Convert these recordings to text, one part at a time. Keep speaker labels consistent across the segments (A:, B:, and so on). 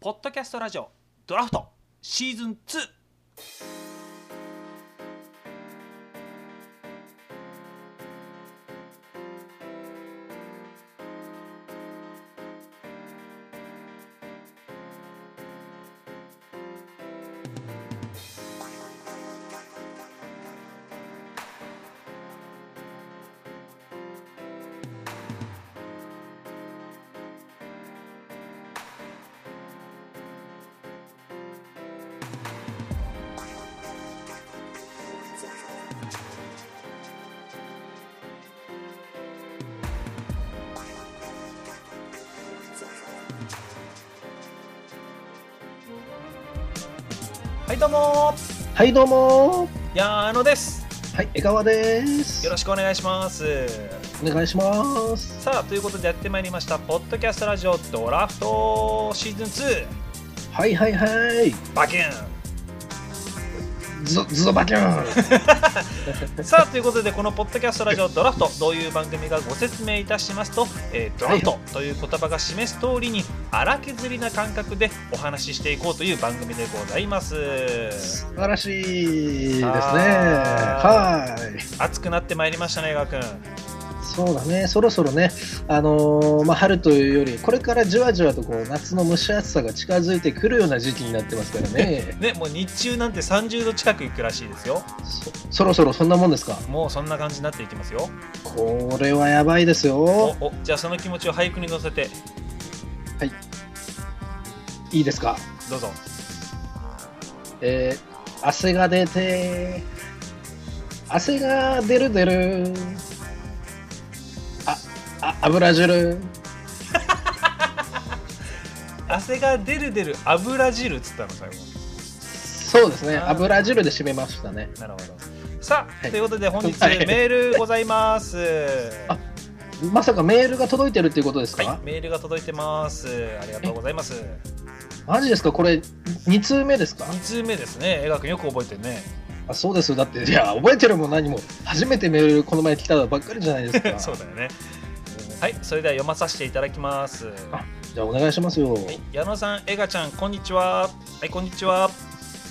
A: ポッドキャストラジオドラフトシーズン2はいどうも
B: はい、どうも
A: 矢野です
B: ー。はい、江川です。
A: よろしくお願いします
B: くお願いします。
A: さあということでやってまいりましたポッドキャストラジオドラフトシーズン2
B: はいはいはい。
A: バキュン
B: ズズドバキュ ン。
A: さあということでこのポッドキャストラジオドラフトどういう番組かご説明いたしますと、えードラフトという言葉が示す通りに荒削りな感覚でお話ししていこうという番組でございます
B: 素晴らしいですね。
A: あ
B: はーい。
A: 熱くなってまいりましたね江川くん。
B: そうだね。そろそろね、あのーまあ、春というより、これからじわじわとこう夏の蒸し暑さが近づいてくるような時期になってますから ね
A: ね、もう日中なんて30度近くいくらしいですよ。
B: そそろそろそんなもんですか。
A: もうそんな感じになっていきますよ。
B: これはやばいです
A: お
B: よ。
A: おじゃあその気持ちを俳句に乗せて
B: いいですか。
A: どうぞ。
B: えー汗が出て汗が出る出るああ油汁
A: 汗が出る出る油汁っつったの最後。
B: そうですね
A: あー
B: 油汁で締めましたね
A: なるほど。さあ、
B: はい
A: ということで本日
B: はい
A: メールございます。
B: あまさかメールが届いてるっていうことですか、
A: はい、メールが届いてます。ありがとうございます。
B: マジですかこれ2通目ですか
A: 2通目ですね。江川君よく覚えてるね。
B: あそうですだっていや覚えてるも何も初めてメールこの前来たばっかりじゃないですか
A: そうだよね。はい、それでは読まさせていただきます。は
B: あじゃあお願いしますよ、
A: い、矢野さん、江川ちゃん、こんにちは。はい、こんにちは。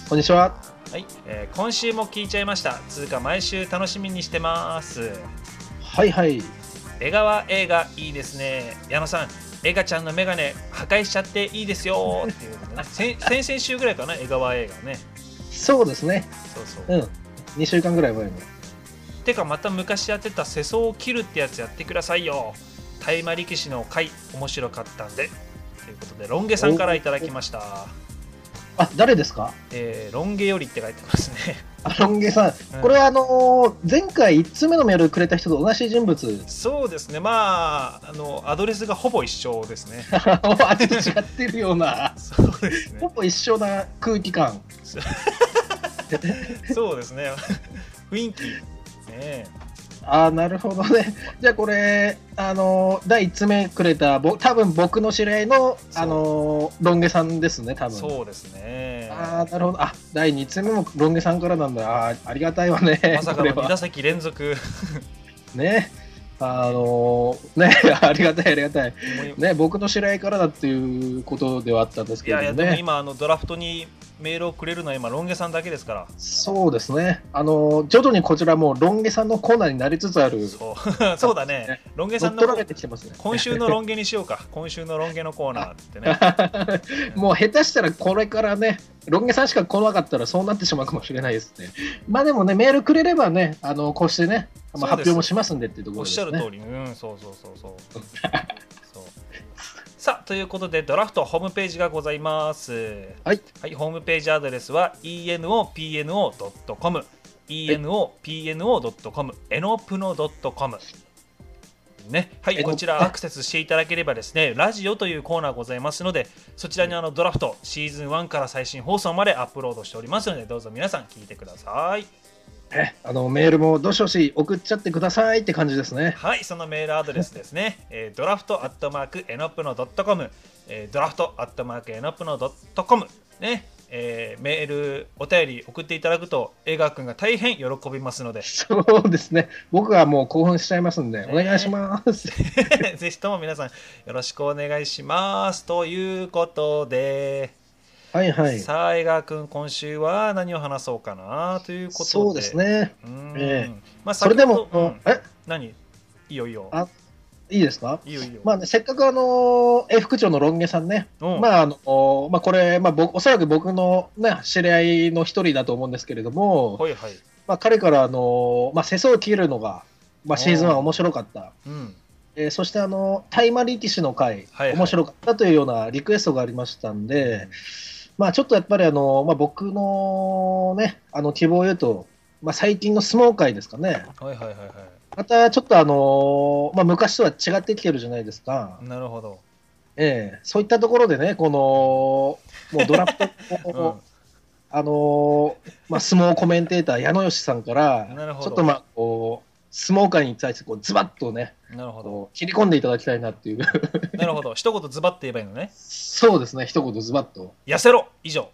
B: こんにちは
A: はい、えー今週も聞いちゃいました。つうか毎週楽しみにしてます。
B: はいはい
A: 江川映画いいですね。矢野さん、映画ちゃんのメガネ破壊しちゃっていいですよっていう ことでね。先先々週ぐらいかな、江川映画ね。
B: そうですね
A: そうそう
B: う。ん2週間ぐらい前の
A: てかまた昔やってた世相を切るってやつやってくださいよ。大麻力士の回面白かったんで。ということでロン毛さんからいただきました。
B: あ誰ですか
A: えーロン毛よりって書いてますね。
B: あロン毛さん、
A: うん
B: これはあのー前回1通目のメールくれた人と同じ人物
A: そうですね。まああのアドレスがほぼ一緒ですね。
B: あちょっと違ってるよう な
A: そうですね
B: ほ。ぼ一緒な空気感
A: そうそうですね。雰囲気。ねえ
B: ああなるほどねじゃあこれあのー第1通目くれたぼ多分僕の知り合いの
A: そう
B: あのーロン毛さんですね多分
A: そうですね。
B: ああなるほどあ第2通目もロン毛さんからなんだあーありがたいわね
A: まさか
B: これ
A: の2
B: は
A: 打席連 続。
B: ねあのーね ありがたいありがたいね僕の知り合いからだっていうことではあったんです
A: い
B: けれ
A: やいや、
B: ども
A: で
B: ね
A: も今、あのドラフトにメールをくれるのは今、ロン毛さんだけですか
B: そうですね。あの、徐々にこちらもロン毛さんのコーナーになりつつある、
A: ら。そう そうだね
B: ね。
A: ロン毛
B: 乗
A: さ
B: っ
A: んの
B: 取られてきてますね。
A: 今週のロン毛にしようか。今週のロン毛のコーナーってね。
B: もう下手したらこれからね、ロン毛さんしか来なかったらそうなってしまうかもしれないですね。まあでもね、メールくれればね、あのこうしてね、ま
A: そ
B: あ、
A: う
B: 発
A: です
B: 表もしますんでっていうとこ
A: お
B: ろ
A: っ
B: で
A: しゃる
B: すね。
A: 通り、うん、そうそうそうそう。そうさあ、ということで、ドラフトホームページがございます。
B: はい、
A: はい、ホームページアドレスは enopno.com enopno.com エノプノ .com ね、は
B: エ
A: い、
B: ノ
A: こちらアクセスしていただければですね、ラジオというコーナーございますので、そちらにあのドラフトシーズン1から最新放送までアップロードしておりますので、どうぞ皆さん聞いてください。
B: ねあのメールもどしどし送っちゃってくださいって感じで すね。
A: はい、そのメールアドレスですね。えードラフトアットマークエノプノドットコム、えードラフトアットマークエノプノドットコムね。えーメールお便り送っていただくと映画君が大変喜びます ので
B: そうですね。僕はもう興奮しちゃいますんで、
A: ね
B: お願いします。
A: ぜひとも皆さんよろしくお願いしますということで、
B: はいはい。
A: さあ映画君今週は何を話そうかなということで
B: そうですね。
A: うーん
B: え
A: まあ
B: それでも
A: 先、ほどうん
B: え
A: 何いいよいいよ
B: あいいですか
A: いいよいいよ、
B: まあね、せっかくあのー、え副長のロン毛さんね、
A: うん
B: まああのーまあ、これ、まあ、僕おそらく僕の、ね、知り合いの一人だと思うんですけれども、
A: はいはい
B: まあ、彼から、あのーまあ、世相を切るのが、まあ、シーズン1面白かった、
A: うん
B: えーそしてあのー、タイマ力士の回、
A: はいはい
B: 面白かったというようなリクエストがありましたんで、まあ、ちょっとやっぱり、あのーまあ、僕の,、ね、あの希望を言うと、まあ、最近の相撲界ですかね、
A: はいはいはいは
B: またちょっと、あのーまあ、昔とは違ってきてるじゃないですか。
A: いなるほど、
B: ええ、そういったところでね、このもうドラ フト
A: う
B: を、あのーまあ、相撲コメンテーター、矢野義さんから
A: なる、ほど
B: ちょっとまあこう相撲界に対してこうズバッとね、
A: ん、なるほど
B: こう切り込んでいただきたいなっていう、
A: なるほど一言ズバッて言えばいいのね
B: そうですね、一言ズバッと。
A: 痩せろ以 上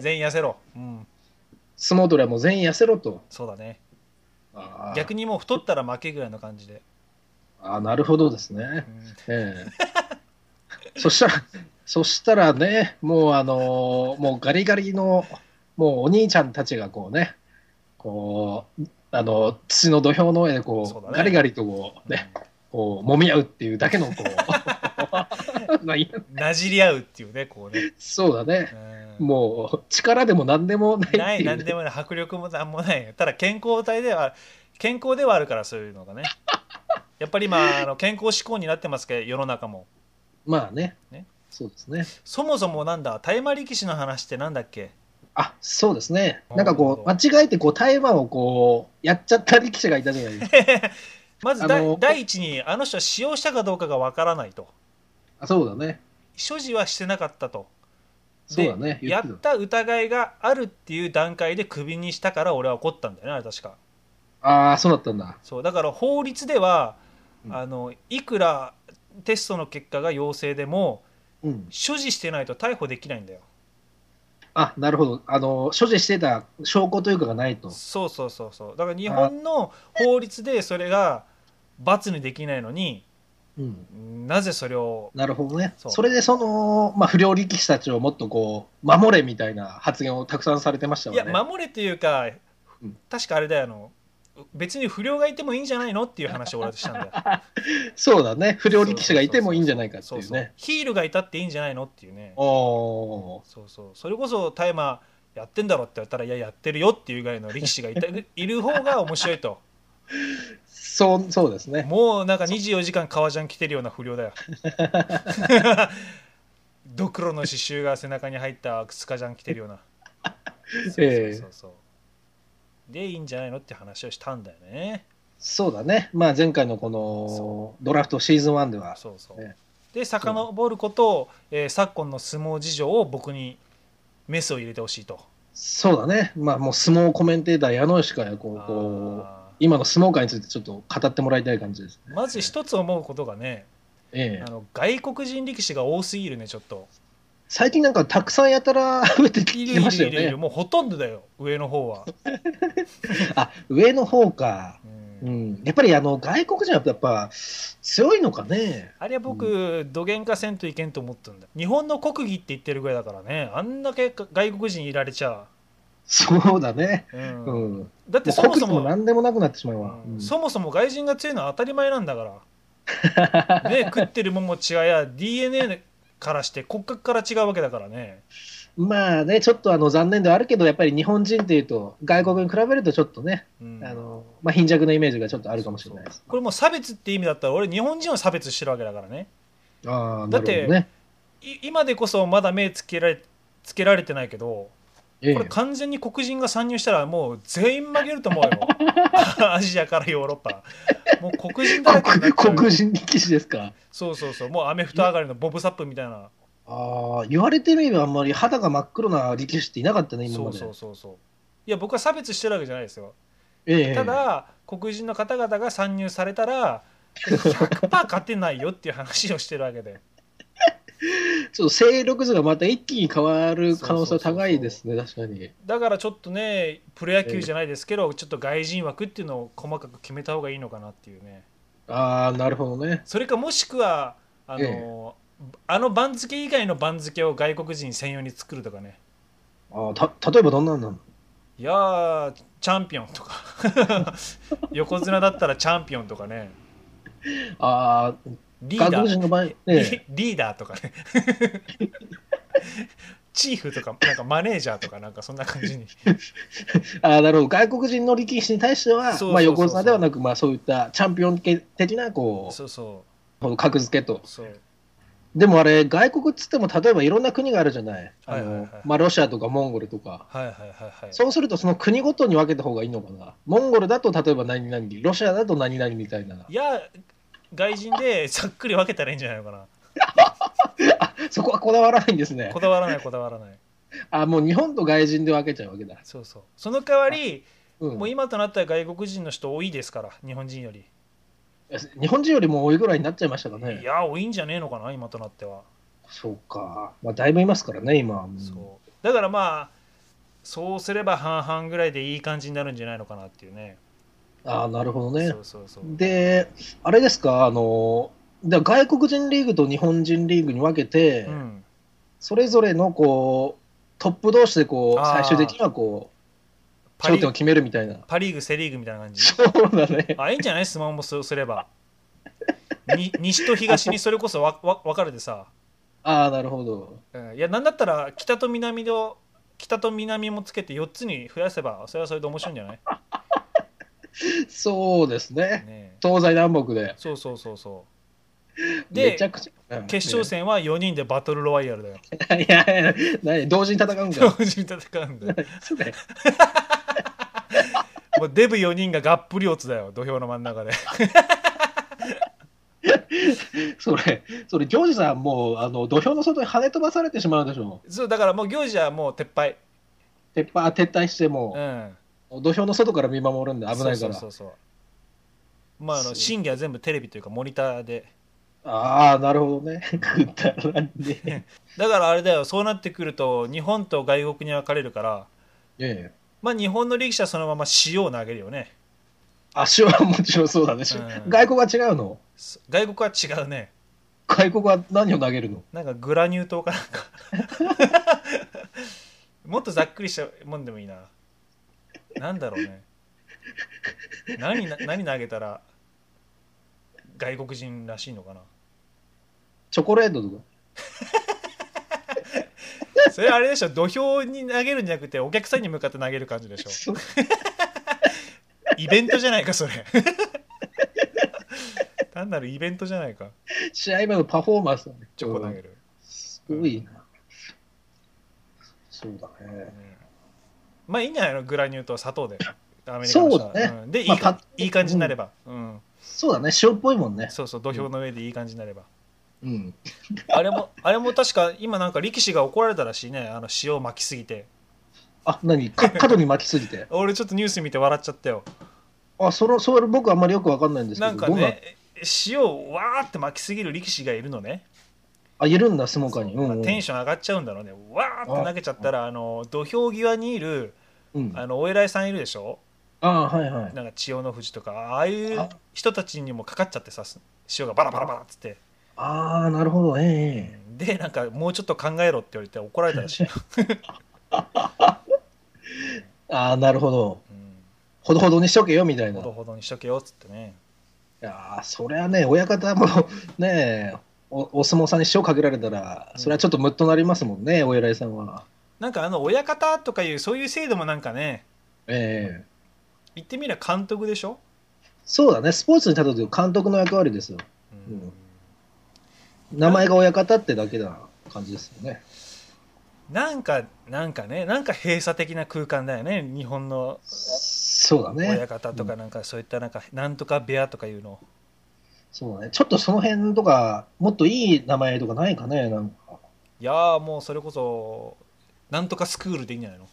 A: 全員痩せろうん
B: 相撲取りはもう全員痩せろと。
A: そうだね
B: あー
A: 逆にもう太ったら負けぐらいの感じで、
B: あーなるほどですね
A: う。 ん
B: ええそしたら、そしたらね、もうあのーもうガリガリの、もうお兄ちゃんたちがこうね、こう、あの、土の土俵の上で
A: そ
B: こ
A: うだ
B: う、
A: ね
B: ガリガリとこう、ね、こう、揉み合うっていうだけのこ う、まあい
A: う
B: や
A: んなじり合うっていうねこうね、
B: そうだね。
A: うん
B: もう、力でも何でもないっていう、ね。
A: ないなんでもない迫力もなんもないただ健康体では健康ではあるからそういうの がねやっぱり今あの健康志向になってますけど世の中も
B: まあね
A: ね
B: そうですね。
A: そもそもなんだ大麻力士の話ってなんだっけ
B: あ、そうですね。
A: うん
B: なんかこう、間違えてこう、台湾をこう、やっちゃった力士がいたじゃないですか。
A: まず
B: あ
A: だ
B: の
A: い第一にあの人は使用したかどうかがわからないと
B: あそうだね。
A: 所持はしてなかったと
B: そうだね。言
A: や
B: ってた
A: った疑いがあるっていう段階でクビにしたから俺は怒ったんだよねあれ確か
B: ああ、そうだったんだ。
A: そうだから法律では、
B: うん
A: あのいくらテストの結果が陽性でも
B: うん。
A: 所持してないと逮捕できないんだよ
B: あ、なるほど。あの、所持してた証拠というかがないと。
A: そうそうそうそうだから日本の法律でそれが罰にできないのに
B: うん。
A: なぜそれを
B: なるほどね。
A: そ
B: そうれで、その、まあ、不良力士たちをもっとこう、守れみたいな発言をたくさんされてましたよ
A: い
B: ね。
A: や守れというか
B: うん
A: 確かあれだよあの別に不良がいてもいいんじゃないのっていう話を俺はしたんだよ
B: そうだね。 不良力士がいてもいいんじゃないかって
A: そう
B: いう
A: そう
B: ね。
A: ヒールがいたっていいんじゃないのっていうね
B: おー
A: そうそうそれこそ大麻やってんだろって言ったらいややってるよっていうぐらいの力士がい たいる方が面白いと
B: そう、そうですね。
A: もうなんか24時間革ジャン着てるような不良だ よドクロの刺繍が背中に入った靴カジャン着てるようなそう
B: ええ
A: そうそうでいいんじゃないのって話をしたんだよね
B: そうだね。まあ、前回のこ
A: そ
B: の、ドラフトシーズン1では、
A: そうそう、
B: ね
A: で遡ること、えー昨今の相撲事情を僕にメスを入れてほしいと
B: そうだね。まあ、もう相撲コメンテーター、矢野氏からこう、こう、
A: あー
B: 今の相撲界についてちょっと語ってもらいたい感じです。
A: まず一つ思うことがね
B: ええ
A: あの外国人力士が多すぎるねちょっと
B: 最近なんかたくさんやたら増えて
A: い
B: き
A: る
B: て
A: い
B: ました
A: る
B: よ
A: いるいる
B: ね。
A: もうほとんどだよ上の方は、
B: あ上の方か。
A: うん
B: うん、やっぱりあの外国人はやっぱ強いのかね。
A: あれは僕、どげんかせんといけんと思ったんだ日本の国技って言ってるぐらいだからねあんだけ外国人いられちゃ
B: そうだね。
A: う、う
B: うんん。も
A: だっ
B: う
A: てそも
B: 国
A: そ
B: 技も
A: も
B: 何でもなくなってしまうわ。
A: うん
B: うん
A: そもそも外人が強いのは当たり前なんだ から。ね、食ってるもんも違いや DNA からして骨格から違うわけだからね。
B: まあね、ちょっとあの残念ではあるけど、やっぱり日本人っていうと、外国に比べるとちょっとね、
A: うん
B: あのまあ、貧弱なイメージがちょっとあるかもしれないです。
A: これもう差別って意味だったら俺日本人を差別してるわけだからね。
B: ああ、
A: だっ
B: なる
A: て
B: ほどね。
A: い今でこそまだ目つけられつけられてないけど
B: ええ
A: これ完全に黒人が参入したらもう全員負けると思う よアジアからヨーロッパもう黒人だらけになっちゃ
B: 黒
A: う
B: 黒人力士ですか。
A: そうそうそうもうアメフト上がりのボブサップみたいな
B: ああ、言われてみればあんまり肌が真っ黒な力士っていなかったね、今
A: そ
B: ま
A: う
B: で。
A: そうそうそういや僕は差別してるわけじゃないですよ
B: ええ
A: ただ黒人の方々が参入されたら100%勝てないよっていう話をしてるわけで
B: ちょっと勢力図がまた一気に変わる可
A: そ
B: 能性
A: うそうそう
B: は
A: そう
B: 高いですね、確かに。
A: だからちょっとねプロ野球じゃないですけど、ちょっと外人枠っていうのを細かく決めた方がいいのかなっていうね
B: ああ、なるほどね。
A: それかもしくはあの、
B: え
A: あの番付以外の番付を外国人専用に作るとかね
B: あーた例えばどんなんなの
A: いやーチャンピオンとか 横綱だったらチャンピオンとかね
B: ああ、
A: リー
B: 外
A: ダ
B: 国
A: ー
B: 人の場合、ねえ、
A: リリーダーとかねチーフとかなんかマネージャーとかなんかそんな感 じに
B: ああ、なるほど、外国人の力士に対しては
A: そうそうそうそう、
B: まあ横綱ではなく、まあそういったチャンピオン系的な、こ
A: そうそう
B: う、格付けと。
A: うそう
B: でもあれ、外国っつっても、例えばいろんな国があるじゃない。あ
A: はいはいは
B: の
A: い
B: まあロシアとかモンゴルとか。
A: はいはいはいはい
B: そうすると、その国ごとに分けた方がいいのかな。モンゴルだと、例えば何々、ロシアだと何々みたいな。
A: いや外人でざっくり分けたらいいんじゃないのかな
B: あそこはこだわらないんですね
A: こ。だわらないこだわらない
B: あもう日本と外人で分けちゃうわけだ。
A: そうそうその代わり、
B: うん、
A: もう今となったら外国人の人多いですから日本人より、
B: 日本人よりも多いぐらいになっちゃいましたか
A: い
B: ね。
A: や多いんじゃねえのかな今となっては、
B: そうか、まあ、だいぶいますからね、今。うん
A: そうだからまあそうすれば半々ぐらいでいい感じになるんじゃないのかなっていうね
B: ああ、なるほどね
A: そ。うそうそう
B: で、あれですか、あのだ外国人リーグと日本人リーグに分けて、
A: うん、
B: それぞれのこうトップ同士でこう
A: あー
B: 最終的にはこう
A: パ
B: 頂
A: リ
B: 点を決めるみたいな。
A: パ・リーグセ・リーグみたいな感じ
B: そうだね。
A: あいいんじゃないスマホもそうすればに 西と東にそれこそわ わ分かれてさ
B: ああ、なるほど。
A: うんいやなんだったら北と南の北と南もつけて4つに増やせばそれはそれで面白いんじゃない、
B: そうですね。
A: ねえ、
B: 東西南北で。
A: そうそうそうそう
B: め
A: で
B: ちゃくちゃ。うん
A: 決勝。戦は4人でバトルロワイヤルだよ
B: ねいやいやいや、何同時に戦うんだ
A: 同
B: よ。
A: 時に戦うんだよ
B: そうだよ
A: もうデブ4人ががっぷり四つだよ土俵の真ん中で
B: それ、それ、行司さん、もう、あの、土俵の外に跳ね飛ばされてしまうでしょ。
A: そうだからもう行事はもう撤廃
B: 撤廃、撤退して
A: う
B: も、
A: ん
B: 土俵の外から見守るんで危ない
A: そ
B: か
A: うそう。
B: ら
A: そうそうまああ
B: そ
A: の
B: う
A: 審議は全部テレビというかモニターで
B: ああ、なるほどね。くだらんねえ。
A: だからあれだよそうなってくると日本と外国に分かれるから
B: ええ
A: まあ日本の力士はそのまま塩を投げるよね
B: 足はもちろんそうだね。し
A: うん
B: 外国は違うの
A: そ外国は違うね
B: 外国は何を投げるの
A: なんかグラニュー糖かなんか もっとざっくりしたもんでもいいななんだろうね何な何投げたら外国人らしいのかな
B: チョコレートとか。
A: それあれでしょ土俵に投げるんじゃなくてお客さんに向かって投げる感じでしょ
B: そう
A: イベントじゃないかそれ 単なるイベントじゃないか
B: 試合前のパフォーマンスだね。
A: チョコ投
B: う
A: げ
B: ん
A: る、
B: すごいな。そうだね。
A: まあいいんじゃないのグラニューと砂糖でアメリカの人は
B: そうだね
A: うんでいい,、
B: まあパッ
A: いい感じになれば、うん
B: そうだね。塩っぽいもんね。
A: そうそう土俵の上でいい感じになれば、
B: うん。
A: あれもあれも確か今なんか力士が怒られたらしいねあの塩を巻きすぎて
B: あ、何か角に巻きすぎて。
A: 俺ちょっとニュース見て笑っちゃったよ
B: あ、その、それ僕あんまりよくわかんないんですけ
A: なん
B: ど。
A: か
B: どんな
A: ね塩をわーって巻きすぎる力士がいるのね、
B: あ、いるんだ、相撲界に。うん、
A: ま
B: う
A: あ
B: ん。
A: テンション上がっちゃうんだろうねわーって投げちゃったらあの土俵際にいる
B: うん、
A: あのお偉いさんいるでしょ
B: ああ、はいはい。
A: なんか千代の富士とかああいう人たちにもかかっちゃってさ塩がバラバラバラっつって
B: ああ、なるほど、ええ
A: でなんかもうちょっと考えろって言われて怒られたらしい よ、
B: ああ、なるほど。
A: うん
B: ほどほどにしとけよ、みたいな。
A: ほど
B: い
A: ほどにしとけよっつってね
B: やーそりゃね、親方も ねえ、おお相撲さんに塩かけられたら、それはちょっとムッとなりますもんね、お偉いさんは。
A: なんかあの親方とかいうそういう制度もなんかね
B: ええ
A: 言ってみれば監督でしょ、
B: そうだね、スポーツに例えると監督の役割ですよ。
A: うん
B: うん名前が親方ってだけな感じですよね。
A: なんかなんかねなんか閉鎖的な空間だよね日本の
B: そうだね
A: 親。方とかなんかそういったなんかなんとか部屋とかいうの
B: そうだね。ちょっとその辺とか、もっといい名前とかないかね、なんか。
A: いやーもうそれこそなんとかスクールでいいんじゃ ないの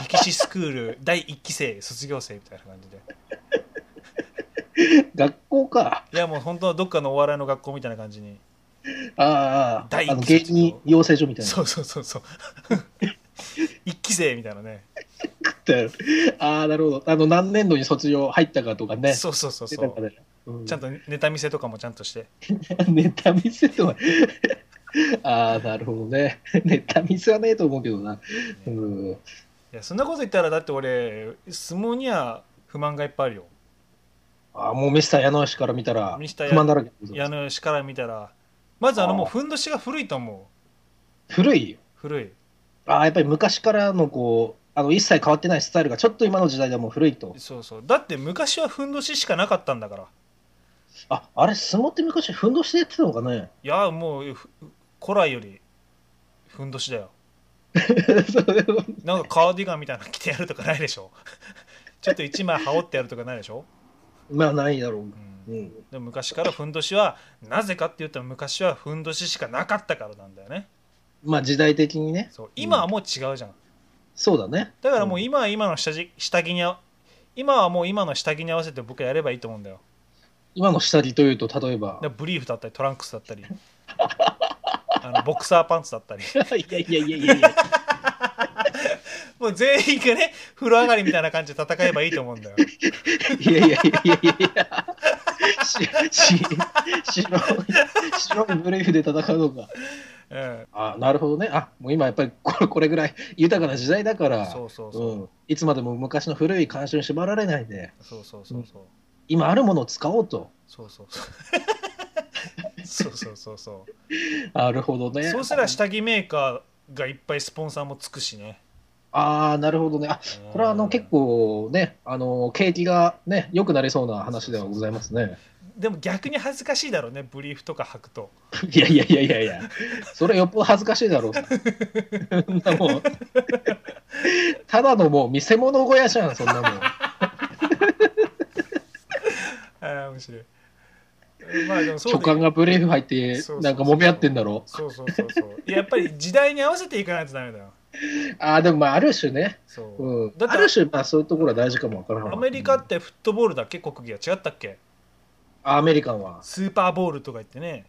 A: 歴史スクール第一期生卒業生みたいな感じで
B: 学校か。
A: いやもう本当はどっかのお笑いの学校みたいな感じに
B: ああ、
A: 第一
B: あの芸人養成所みたいな
A: そうそうそうそう 一期生みたいなね
B: って ああ、なるほど。あの、何年度に卒業入ったかとかね。
A: そうそうそうそ
B: なんか
A: う
B: ねうん
A: ちゃんとネタ見せとかもちゃんとして
B: ネタ見せとは。 ああ、なるほどね。 ネタ見せはねえと思うけどな。うん。
A: いやそんなこと言ったらだって俺相撲には不満がいっぱいあるよ
B: ああ、もうミスター矢野氏から見たら、
A: ミスター
B: 不満だらけでござい
A: 矢
B: ます
A: 野氏から見たらまずあの
B: あー
A: もうふんどしが古いと思う
B: 古いよ。
A: 古い
B: ああ、やっぱり昔からのこう、あの、一切変わってないスタイルがちょっと今の時代ではもう古いと。
A: そうそうだって昔はふんどししかなかったんだから
B: あ、あれ、相撲って昔、ふんどしでやってたのかね
A: いやもうふ古来よりふんどしだよ
B: そう
A: なんかカーディガンみたいなの着てやるとかないでしょ ちょっと一枚羽織ってやるとかないでしょ、
B: まあ、ないだろ
A: う
B: う。
A: ん、
B: うん。
A: でも昔からふんどしはなぜかって言ったら昔はふんどししかなかったからなんだよね
B: まあ、時代的にね。
A: そう今はもう違うじゃん
B: そうだね。
A: だからもう今は今の下地下着にあ今はもう今の下着に合わせて僕はやればいいと思うんだよ
B: 今の下着というと、例えば
A: だ か。らブリーフだったりトランクスだった りあのボクサーパンツだったり
B: いやいやいやいやいや。
A: もう全員がね風呂上がりみたいな感じで戦えばいいと思うんだよ
B: いやいやいやいやいや。し、し、白い、白いブレイフで戦うのか。
A: うん、
B: あ、なるほどね。あ、もう今やっぱりこれこれぐらい豊かな時代だから。
A: そうそうそう、
B: うん。いつまでも昔の古い慣習に縛られないで、
A: そうそうそうそう
B: 今あるものを使おうと。
A: そうそう そうそうそうそうそう
B: なるほどね。
A: そうしたら下着メーカーがいっぱいスポンサーもつくしね
B: ああ、なるほどね。あ、これはあ
A: う
B: の
A: ん
B: 結構ね、あの、景気がね、良くなりそうな話ではございますね。
A: でも逆に恥ずかしいだろうねブリーフとか履くと
B: いやいやいやいやいや、それよっぽど恥ずかしいだろう。そんなもん。ただのもう見せ物小屋じゃん、そんなもん。
A: ああ面白いまあでもそうだ
B: 巨
A: よ
B: 漢がブレーフ入って
A: そうそうそ、う
B: なんか揉み合ってんだろ
A: そうそうそうそうやっぱり時代に合わせていかないとダメだよ
B: ああ、でもまあ、ある種ね。
A: そう、
B: うん
A: だ。って
B: ある種、まあ、そういうところは大事かもわからない。
A: アメリカってフットボールだっけ国技は違ったっけ
B: あアメリカンは。
A: スーパーボールとか言ってね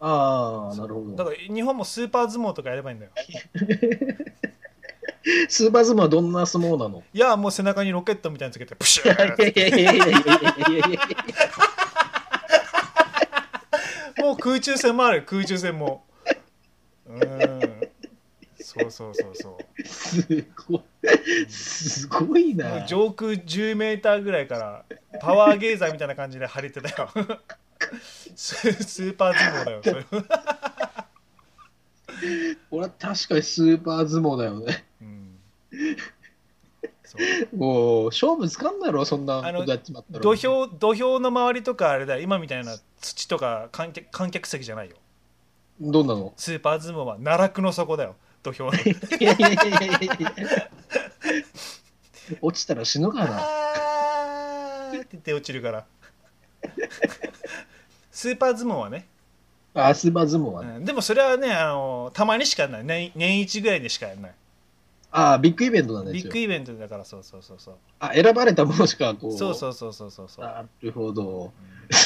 B: ああ、なるほ
A: だか
B: ど。
A: ら日本もスーパー相撲とかやればいいんだよ
B: スーパーズムはどんな相撲 なの
A: いやもう背中にロケットみたいにつけてプシュ
B: いやい
A: ー
B: やいやいやいやいやいやいや
A: もう空中戦もある空中戦もうんそうそうそうそう
B: すごい。すごい
A: もう
B: な。
A: 上空10メーターぐらいからパワーゲーザーみたいな感じで張りてたよ ススーパー相撲だよそれ
B: 俺は確かにスーパー相撲だよね。
A: うんそう
B: もう勝負つかんだろそんなことやっちまったら
A: 土俵土俵の周りとかあれだよ今みたいな土とか観客観客席じゃないよ
B: どんなの
A: スーパー相撲は奈落の底だよ土 俵の
B: いやいやいやいやいや落ちたら死ぬかな
A: あーって言って落ちるから スーパー相撲はね、
B: あスーパー相撲は
A: う
B: ね、
A: んでもそれはねあのたまにしかやんない年年一ぐらいでしかやんない
B: あビッグイベントなんで
A: ビ
B: す
A: ッ
B: よ
A: グイベントだからそうそうそうそう
B: あ選ばれたものしかこう
A: そうそうそうそうそうそう
B: なるほど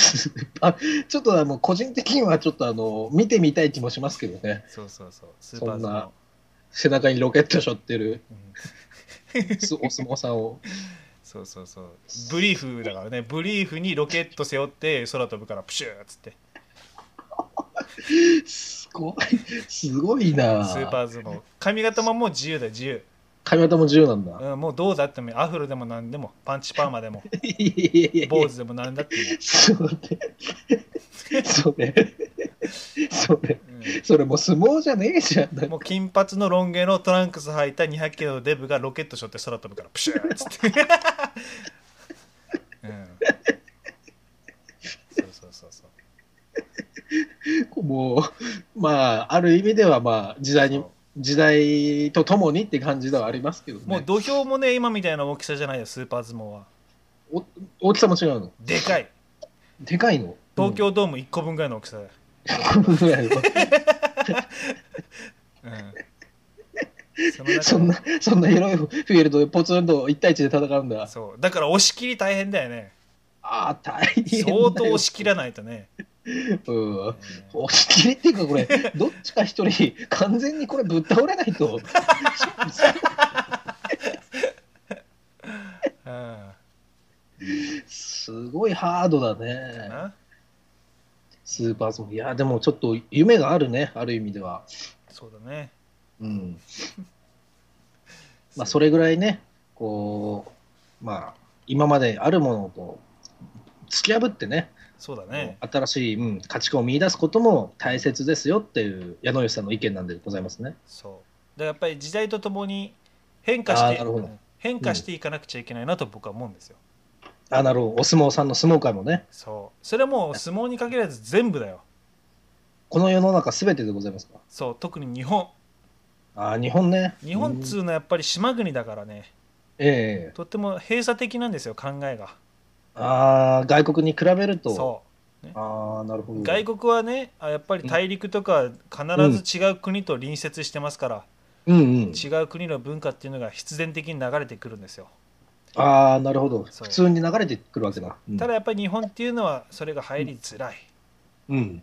B: あちょっとあの個人的にはちょっとあの見てみたい気もしますけどね
A: そうそうそうスーパ
B: そ
A: ー
B: ん
A: ズ
B: な
A: の、
B: 背中にロケット背負ってる
A: うん
B: すお相撲さんを
A: そうそうそうブリーフだからねブリーフにロケット背負って空飛ぶからプシューっつって
B: すごいすごいな
A: スーパーズの髪型ももう自由だよ自由、
B: 髪型も自由なんだ、
A: うん、もうどうだってもいいアフロでも何でもパンチパーマでも
B: いやいやいやいや
A: 坊主でも何だっていい、
B: そうね。そうね。そうね。
A: う
B: それもう相撲じゃねえじゃん。
A: んもう金髪のロン毛のトランクス履いた200キロのデブがロケット背負って空飛ぶからプシューっつって うんそうそうそうそう
B: もう、まあ、ある意味では、まあ、時代に
A: そう、
B: 時代とともにって感じではありますけど
A: もう
B: ね。
A: 土俵もね今みたいな大きさじゃないよスーパー相撲は
B: 大きさも違うの。
A: でかい
B: でかいの。
A: 東京ドーム1個分ぐらいの大きさだよ、
B: うん。ぐらいの
A: うん、その中で
B: そんな、そんな広いフィールドでポツンと1対1で戦うんだ。
A: そうだから押し切り大変だよね
B: ああ、大変だよ。
A: 相当押し切らないとね
B: うん、押し切りっていうか、これ、どっちか一人、完全にこれ、ぶっ倒れない と、
A: うん
B: すごいハードだね、
A: な
B: スーパースモーク。いや、でもちょっと夢があるね、ある意味では。
A: そうだね
B: うん、 まあ、それぐらいね、こう、まあ、今まであるものと突き破ってね、
A: そうだね
B: 新しい、うん、価値観を見出すことも大切ですよっていう、矢野吉さんの意見なんでございますね。
A: そうだからやっぱり時代とともに変化し
B: あー
A: て
B: なるほど
A: 変化していかなくちゃいけないなと僕は思うんですよ
B: あ、なるほど、お相撲さんの相撲界もね、
A: そうそれはもう相撲に限らず全部だよ
B: この世の中すべてでございますか。
A: そう特に日本
B: あー日本ね。
A: 日本っつ
B: うん
A: うのはやっぱり島国だからね
B: ええ
A: とっても閉鎖的なんですよ考えが
B: ああ、外国に比べると。
A: そう
B: ああ、なるほど。
A: 外国はねあやっぱり大陸とか必ず違う国と隣接してますから、
B: うんうん。
A: 違う国の文化っていうのが必然的に流れてくるんですよ、
B: ああ、なるほど。
A: そう
B: 普通に流れてくるわけだ。うん
A: ただ、やっぱり日本っていうのはそれが入りづらい
B: うん。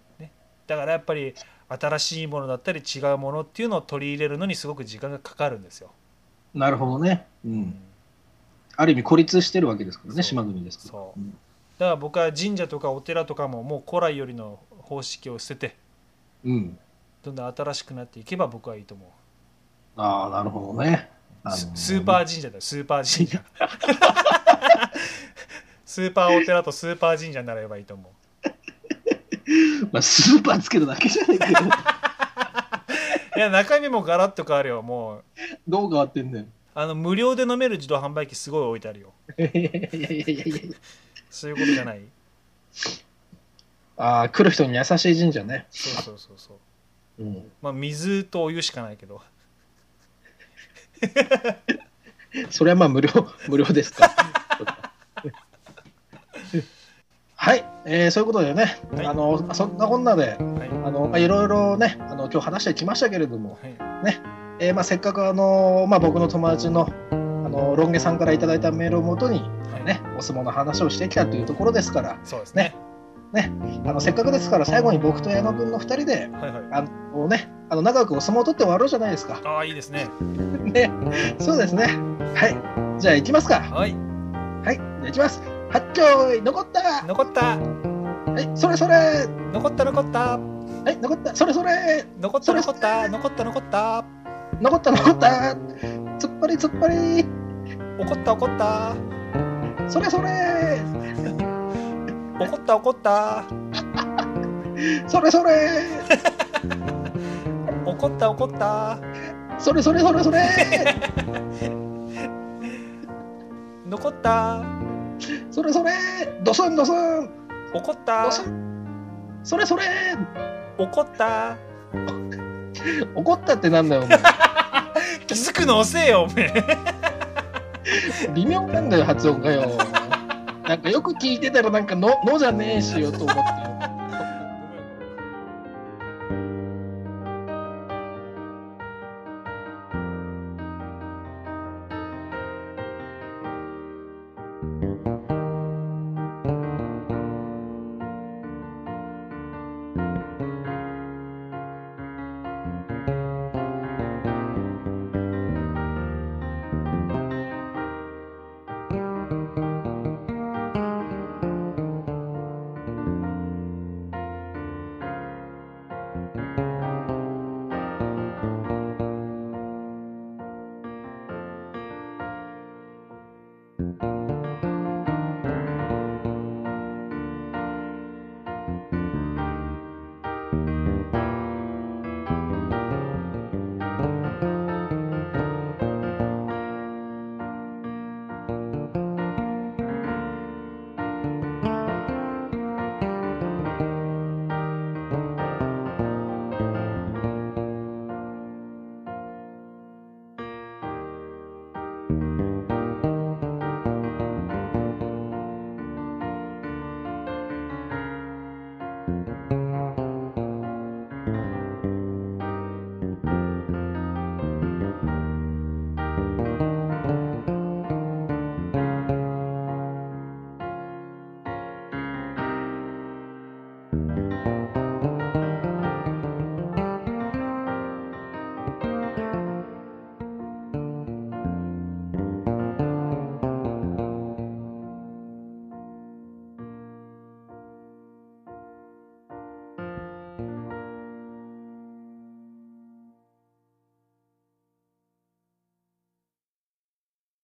A: だからやっぱり新しいものだったり違うものっていうのを取り入れるのにすごく時間がかかるんですよ、
B: なるほどね。う。
A: うん
B: ある意味孤立してるわけですから
A: そう
B: ね、島国ですから。
A: そう
B: うん
A: だから僕は神社とかお寺とかももう古来よりの方式を捨てて
B: うん。
A: どんどん新しくなっていけば僕はいいと思う、
B: ああ、なるほどね。あの
A: ススーパー神社だよスーパー神 社スーパーお寺とスーパー神社になればいいと思う
B: まあ、スーパーつけるだけじゃないけど、
A: いや中身もガラッと変わるよもう
B: どう変わってんだよ。
A: あの無料で飲める自動販売機すごい置いてあるよ
B: いやいやいやいやいや
A: そういうことじゃない
B: ああ、来る人に優しい神社ね。
A: そうそうそうそう
B: うん。
A: まあ水とお湯しかないけど
B: それはまあ無料、 無料ですか。はい、えーそういうことでね、
A: はい
B: あのそんなこんなで、
A: はい、
B: あのまあ、いろいろね、あの今日話してきましたけれども、
A: はい、
B: えーまあ、せっかくあの、まあ、僕の友達のあのロン毛さんからいただいたメールをもとに、
A: はい
B: ね、お相撲の話をしてきたというところですから、
A: そうですね
B: あのせっかくですから、最後に僕と矢野君の2人で、
A: はいはい
B: あのね、あの仲良くお相撲を取って終わろうじゃないですか。
A: ああいいですね
B: ね、そうですね。はい、じゃあ行きますか。
A: はい
B: はい、じゃあ行きます。はっきょい、残った
A: 残った
B: はい、それそれは
A: 残った残った
B: い、残ったそれそれ
A: 残った残った残った残った
B: 残った残った突っ張り突っ張り
A: 怒った怒った
B: それそれ
A: 怒った怒った
B: それそれ
A: 怒った怒った
B: それそれそれそれ
A: 残った
B: それそれドスンドスン
A: 怒っ
B: ド
A: た
B: スンそれそれ
A: 怒った
B: 怒ったってなんだよお前
A: 気づくの遅えよおめえ
B: 微妙なんだよ発音がよなんかよく聞いてたらなんかの「の」じゃねえしよと思って